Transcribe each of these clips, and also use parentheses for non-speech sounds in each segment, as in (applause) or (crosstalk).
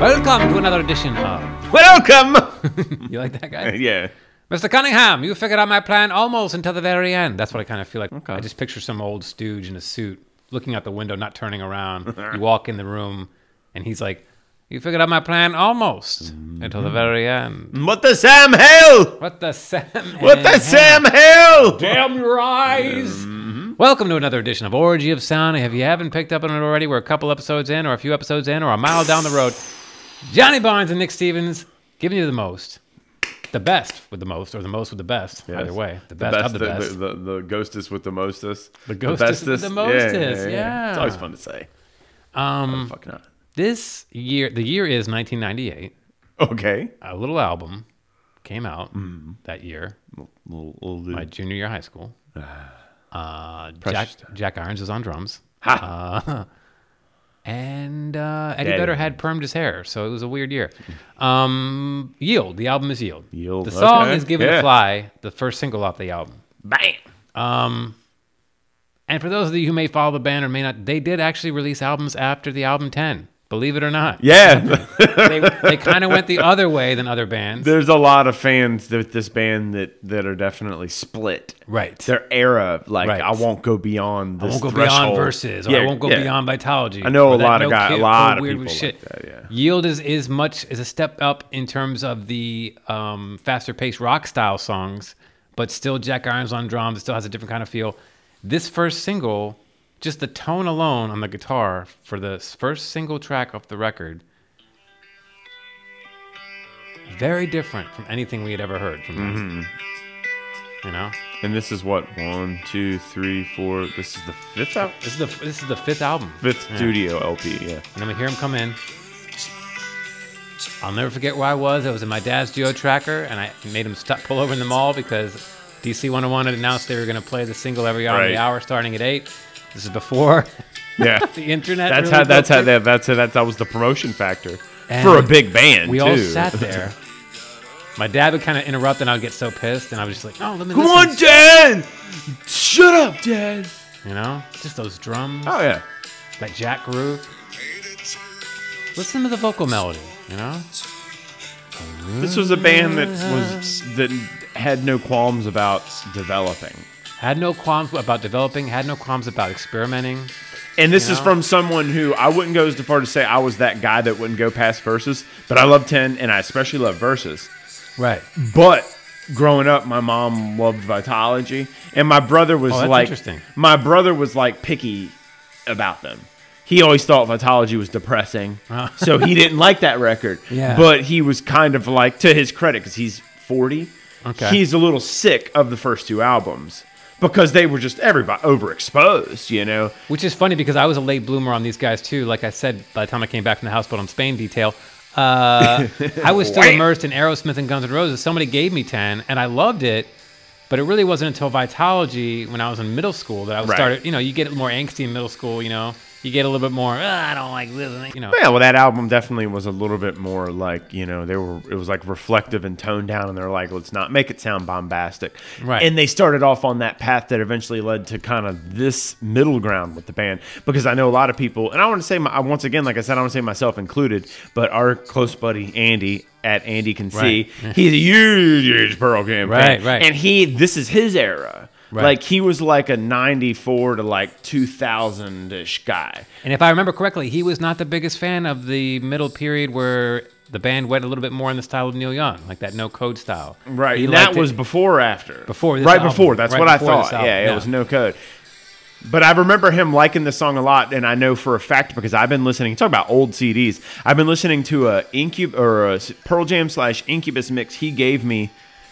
Welcome to another edition of. Welcome. You like that guy? (laughs) yeah. Mr. Cunningham, you figured out my plan almost until the very end. That's what I kind of feel like. Okay. I just picture some old stooge in a suit looking out the window, not turning around. you walk in the room, and he's like, You figured out my plan almost Mm-hmm. until the very end. What the Sam Hill? What the (laughs) Sam? What the Sam Hill? Damn your eyes! Mm-hmm. Welcome to another edition of Orgy of Sound. If you haven't picked up on it already, we're a couple episodes in, or a few episodes in, or a mile down the road. Johnny Barnes and Nick Stevens giving you the most, the best with the most, or the most with the best. Either way, the best, of the, best. The, the, the ghostest with the mostest. The ghostest with the bestest. mostest, It's yeah. always fun to say. Um. Fuck not. This year, the year is 1998. Okay. A little album came out that year, Little, little dude. my junior year of high school. Uh, Jack, Ah. Precious Jack Irons is on drums. Uh, ha. (laughs) and uh, Eddie Daddy. Vedder had permed his hair, so it was a weird year. Um, Yield, the album is Yield. Yield, The song okay, is Give It yeah. a Fly, the first single off the album. Bam. And for those of you who may follow the band or may not, they did actually release albums after the album 10, believe it or not. Yeah. They, they kind of went the other way than other bands. (laughs) There's a lot of fans with this band that that are definitely split. right. Their era, like Right. I won't go beyond I this won't go threshold. beyond verses, or I Yeah, won't go yeah. beyond vitology. I know or a that lot of no guy- a kill- lot or of weird people like shit. that, yeah. Yield is is much is a step up in terms of the um, faster paced rock style songs, but still Jack Irons on drums. It still has a different kind of feel. This first single, just the tone alone on the guitar for the s- first single track off the record, very different from anything we had ever heard from. them. Mm-hmm. You know, And this is what one, two, three, four. This is the fifth out. this is the f- this is the fifth album. Fifth Yeah. studio LP. Yeah. And I'm gonna hear him come in. I'll never forget where I was. I was in my dad's geo tracker, and I made him stop, pull over in the mall because DC 101 had announced they were gonna play the single every hour of the Right. hour, starting at eight. This is before (laughs) Yeah. the internet. That's really how. That's broke how. through. That, that's how. That, that was the promotion factor for a And big band. We all too. (laughs) sat there. My dad would kind of interrupt, and I'd get so pissed, and I was just like, "No, let me Come listen." on, Dad! Shut up, Dad! You know, just those drums, Oh yeah, that Jack groove. Listen to the vocal melody. You know, this was a band that was that had no qualms about developing, had no qualms about developing. Had no qualms about experimenting. and this is Yeah. from someone who I wouldn't go as far to say I was that guy that wouldn't go past verses, but I love ten, and I especially love verses. Right. But growing up, my mom loved Vitology, and my brother was Oh, that's like, interesting. my brother was like picky about them. He always thought Vitology was depressing, (laughs) so he didn't like that record. Uh-huh. Yeah. But he was kind of like, to his credit, because he's forty, Okay. he's a little sick of the first two albums because they were just everybody overexposed, you know. Which is funny because I was a late bloomer on these guys too. Like I said, by the time I came back from the houseboat on Spain detail, uh, I (laughs) was still Wham! immersed in Aerosmith and Guns N' Roses. Somebody gave me ten, and I loved it. But it really wasn't until Vitology, when I was in middle school, that I was Right. started. You know, you get more angsty in middle school. You know, you get a little bit more. "Ah, I don't like this. You know, Yeah, well, that album definitely was a little bit more like you know they were it was like reflective and toned down, and they're like, let's not make it sound bombastic, Right. And they started off on that path that eventually led to kind of this middle ground with the band because I know a lot of people, and I want to say my, once again, like I said, I want to say myself included, but our close buddy Andy at Andy can see Right. (laughs) he's a huge, huge Pearl Jam Right, fan, right. and he this is his era. Right. Like he was like a '94 to like 2000 ish guy. And if I remember correctly, he was not the biggest fan of the middle period where the band went a little bit more in the style of Neil Young, like that no code style. Right. He and that liked it- was before or after? Before this Right album. before. That's Right what before I this thought. album, Yeah, yeah. it was no code. But I remember him liking this song a lot, and I know for a fact because I've been listening. Talk about old CDs. I've been listening to a Incub or a Pearl Jam slash Incubus mix he gave me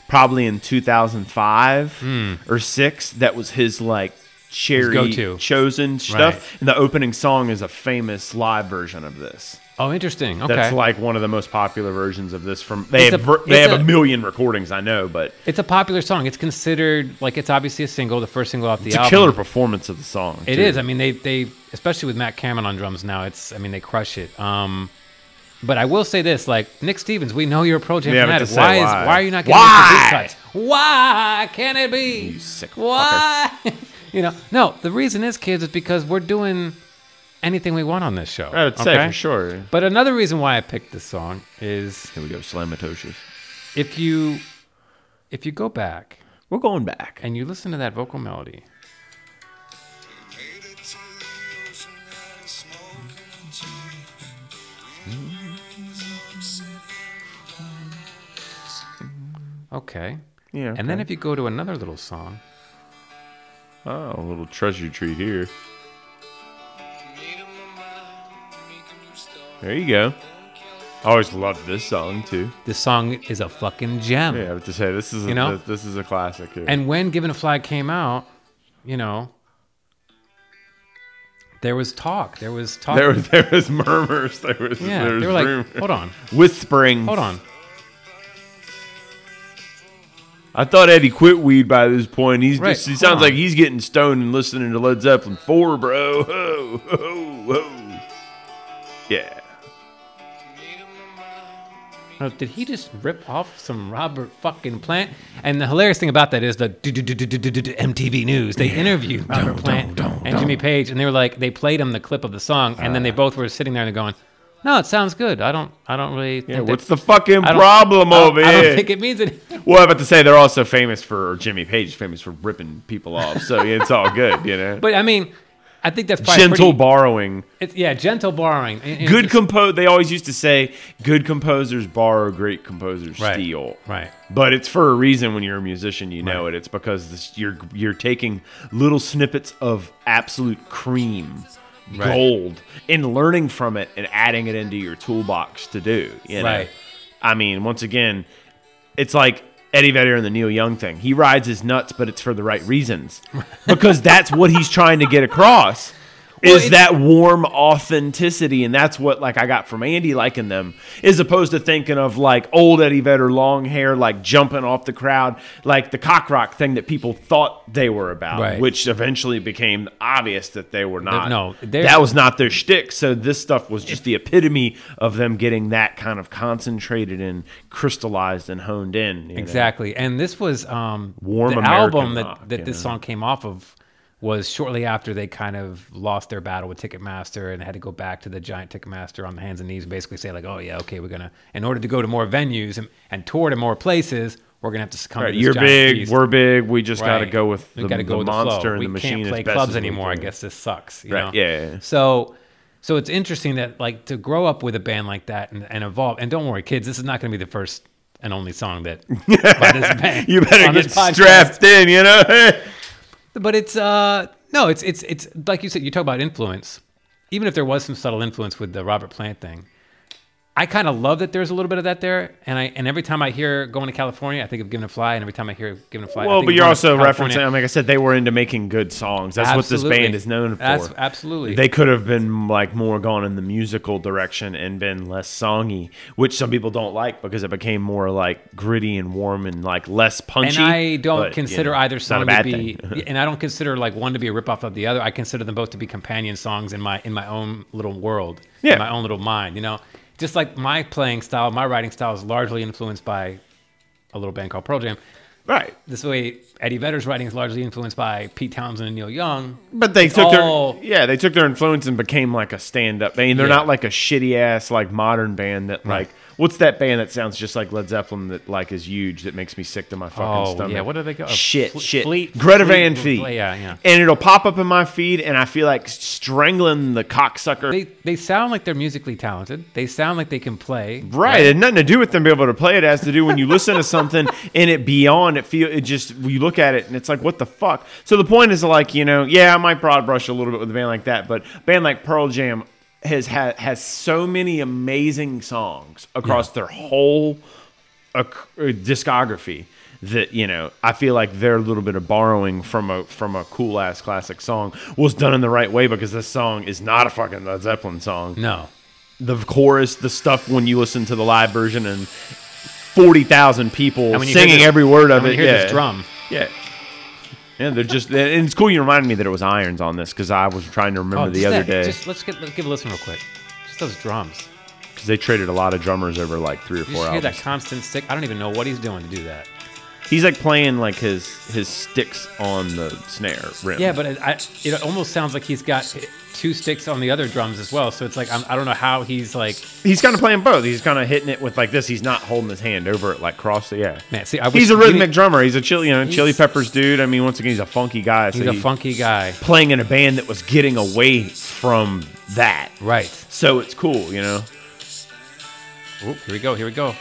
probably in 2005 Hmm. or six. That was his like cherry go-to. chosen stuff. And the opening song is a famous live version of this. Oh, interesting. Okay. That's like one of the most popular versions of this. From they It's have a- ver- they it's have a a- million recordings. I know, but It's a popular song. It's considered like it's obviously a single, the first single off the It's album. a killer performance of the song. It too. is. I mean, they they especially with Matt Cameron on drums now. It's I mean they crush it. Um, But I will say this: like Nick Stevens, we know you're a Pro Jam Yeah, but to fanatic. say Why, is why. why are you not getting Why? these deep cuts? Why can't it be? You sick why? (laughs) you know, no. The reason is, kids, is because we're doing anything we want on this show. I would say okay? for sure. But another reason why I picked this song is Here we go, slamatocious. if you if you go back We're going back. and you listen to that vocal melody, okay. Yeah. And then if you go to another little song, oh, a little treasure tree here. There you go. I always loved this song too. this song is a fucking gem. Yeah, I have to say this is a, You know? this is a classic here. And when Given a Flag came out, you know, there was talk. There was talk. (laughs) there was there was murmurs. There was yeah, there was they were like, rumors. hold on, whispering. hold on. I thought Eddie quit weed by this point. He's Right, just, he hold sounds on. like he's getting stoned and listening to Led Zeppelin four, bro. Ho, ho, ho. Yeah. Oh, did he just rip off some Robert fucking Plant? And the hilarious thing about that is the do- do- do- do- do- do- do- do- MTV News. They interviewed Robert Plant and Jimmy Page, and they were like, they played him the clip of the song, and then they both were sitting there and they're going, "No, it sounds good. I don't, I don't really." Yeah, think that- what's the fucking I don't- problem I don't- over I here? don't think it means it. well, I'm about to say they're also famous for or Jimmy Page, is famous for ripping people off. (laughs) So yeah, it's all good, you know. But I mean, I think that's probably Gentle Pretty, borrowing. it's, yeah, gentle borrowing. And- and Good just- compose. They always used to say, "Good composers borrow, great composers Right, steal." right. But it's for a reason. When you're a musician, you know it. It's because this, you're you're taking little snippets of absolute cream, Right. gold, and learning from it and adding it into your toolbox to do. You know? Right. I mean, once again, it's like Eddie Vedder and the Neil Young thing. He rides his nuts, but it's for the right reasons because that's what he's trying to get (laughs) across. it's- is that warm authenticity and that's what like I got from Andy liking them as opposed to thinking of like old Eddie Vedder long hair like jumping off the crowd like the cock rock thing that people thought they were about Right. which eventually became obvious that they were not no, they're- that was not their shtick so this stuff was just the epitome of them getting that kind of concentrated and crystallized and honed in you know? Exactly. And this was um, Warm the American album that, rock, that you this know? song came off of was shortly after they kind of lost their battle with Ticketmaster and had to go back to the giant Ticketmaster on the hands and knees and basically say like, oh yeah, okay, we're gonna in order to go to more venues and, and tour to more places, we're gonna have to succumb All right, to this you're giant big beast. we're big we just got to Right. go with We the, gotta the with flow. monster and the We machine can't as play best clubs as we anymore. I can. guess this sucks. you Right, know? yeah, yeah, yeah. So, so it's interesting that like to grow up with a band like that and, and evolve. And don't worry, kids, this is not going to be the first and only song that (laughs) by this band. (laughs) you better on this get podcast. strapped in you know But it's uh no, it's it's it's like you said. You talk about influence. Even if there was some subtle influence with the Robert Plant thing, I kind of love that there's a little bit of that there. And I and every time I hear going to California, I think of Giving a Fly. And every time I hear Giving a Fly, I Well, think but of you're Going to also California. referencing. I mean, like I said, they were into making good songs. That's what this Absolutely. band is known for. That's- absolutely. They could have been like more gone in the musical direction and been less songy, which some people don't like because it became more like gritty and warm and like less punchy. And I don't but, you consider know, either it's not a song to bad be, thing. (laughs) and I don't consider like one to be a ripoff of the other. I consider them both to be companion songs in my in my own little world, Yeah. in my own little mind. You know, just like my playing style, my writing style is largely influenced by a little band called Pearl Jam. right. This way, Eddie Vedder's writing is largely influenced by Pete Townsend and Neil Young. But they It's took all- their yeah, they took their influence and became like a stand up band. They're Oh. Yeah. not like a shitty ass like modern band that Right. like what's that band that sounds just like Led Zeppelin that like is huge that makes me sick to my fucking Oh, stomach. yeah, what do they go- Shit, Fle- shit. Fleet- Greta Fleet- Van Fleet. yeah, yeah. And it'll pop up in my feed and I feel like strangling the cocksucker. They they sound like they're musically talented. They sound like they can play. Right, it had nothing to do with them being able to play. It has to do when you listen to something and it beyond it feel it just you look at it and it's like what the fuck. So the point is like you know yeah I might broad brush a little bit with a band like that, but a band like Pearl Jam has had has so many amazing songs across their whole uh, discography that you know I feel like their little bit of borrowing from a from a cool ass classic song was done in the right way because this song is not a fucking Led Zeppelin song No. the chorus, the stuff when you listen to the live version, and forty thousand people And when you hear singing this- every word And of when it. you hear yeah, this drum. yeah, yeah. They're just, and it's cool. You reminded me that it was Irons on this because I was trying to remember the Oh, just other that- day. Just, let's get let's give a listen real quick. Just those drums. because they traded a lot of drummers over like three or You four just hear that albums. constant stick. I don't even know what he's doing to do that. He's like playing like his his sticks on the snare rim. Yeah, but it, I, it almost sounds like he's got two sticks on the other drums as well. So it's like I'm, I don't know how he's like. he's kind of playing both. He's kind of hitting it with like this. He's not holding his hand over it like cross. Yeah, Man, see, I wish he's a give me- rhythmic drummer. He's a chili, you know, Chili He's- Peppers dude. I mean, once again, he's a funky guy. So He's a he- funky guy, playing in a band that was getting away from that. right? So it's cool, you know. Oop, here we go. Here we go.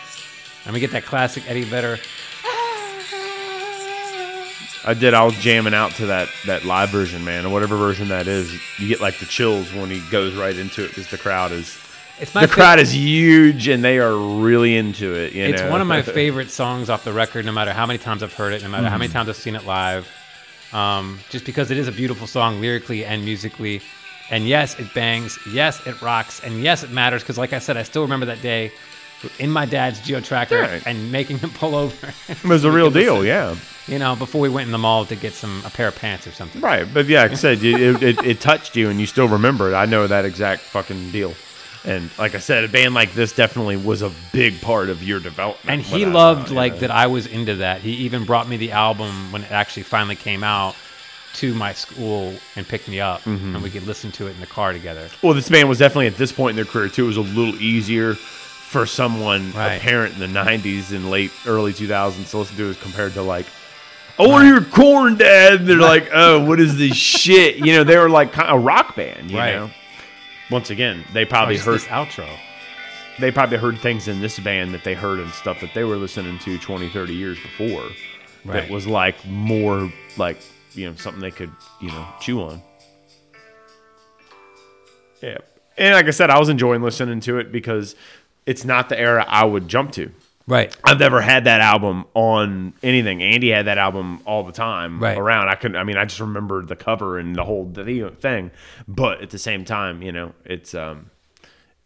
Let me get that classic Eddie Vedder. I did. I was jamming out to that that live version, man, or whatever version that is. You get like the chills when he goes right into it because the crowd is It's my the fa- crowd is huge and they are really into it. You It's know? one of (laughs) my favorite songs off the record, no matter how many times I've heard it, no matter how Mm. many times I've seen it live. Um, just because it is a beautiful song lyrically and musically. And yes, it bangs. Yes, it rocks. And yes, it matters. Because, like I said, I still remember that day in my dad's geo tracker Right. and making him (laughs) pull over, It was a real (laughs) deal, yeah. you know, before we went in the mall to get some a pair of pants or something. Right, but yeah, like I said you- it, it, it touched you and you still remember it. I know that exact fucking deal. And like I said, a band like this definitely was a big part of your development. and when he I- loved you like know. that I was into that. He even brought me the album when it actually finally came out to my school and picked me up, Mm-hmm. and we could listen to it in the car together. Well, this band was definitely at this point in their career too. It was a little easier for someone Right. a parent in the '90s and late early 2000s to listen to as compared to like, I want to hear Corn, Dad. They're like, oh, what is this shit? You know, they were like kind of a rock band. You Right. know, once again, they Oh, probably just heard this outro. they probably heard things in this band that they heard and stuff that they were listening to 20, 30 years before Right. that was like more like you know something they could you know chew on. Yeah, and like I said, I was enjoying listening to it because it's not the era I would jump to. Right. I've never had that album on anything. Andy had that album all the time Right. around. I couldn't. I mean, I just remembered the cover and the whole the thing. But at the same time, you know, it's um,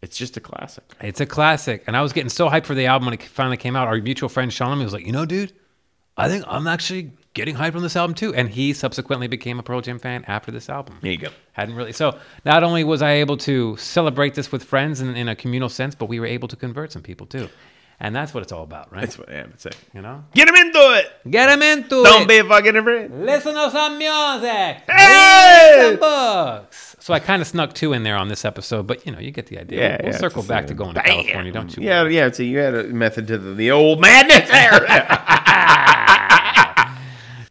it's just a classic. It's a classic, and I was getting so hyped for the album when it finally came out. Our mutual friend Sean was like, "You know, dude, I think I'm actually getting hyped on this album too." And he subsequently became a Pearl Jam fan after this album. There you go. Hadn't really. So not only was I able to celebrate this with friends in, in a communal sense, but we were able to convert some people too, and that's what it's all about, right? That's what I would say. You know, Get him into it. get them into Don't it. be a fucking afraid. Listen to some music. Hey! Read some books. So I kind of snuck two in there on this episode, but you know, you get the idea. Yeah, we'll yeah, circle it's back to going to Bam. California, don't you? Yeah, yeah. So you had a method to the, the old madness there.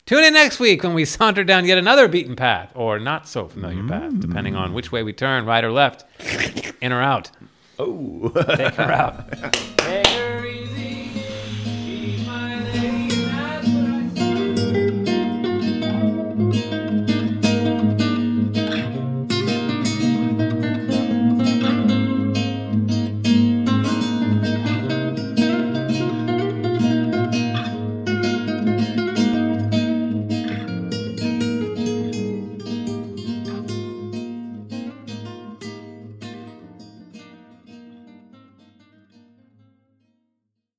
Tune in next week when we (laughs) saunter down yet another beaten path, or not so familiar path, depending on which way we turn, right or left, in or out. (laughs) oh. (laughs) Take her out.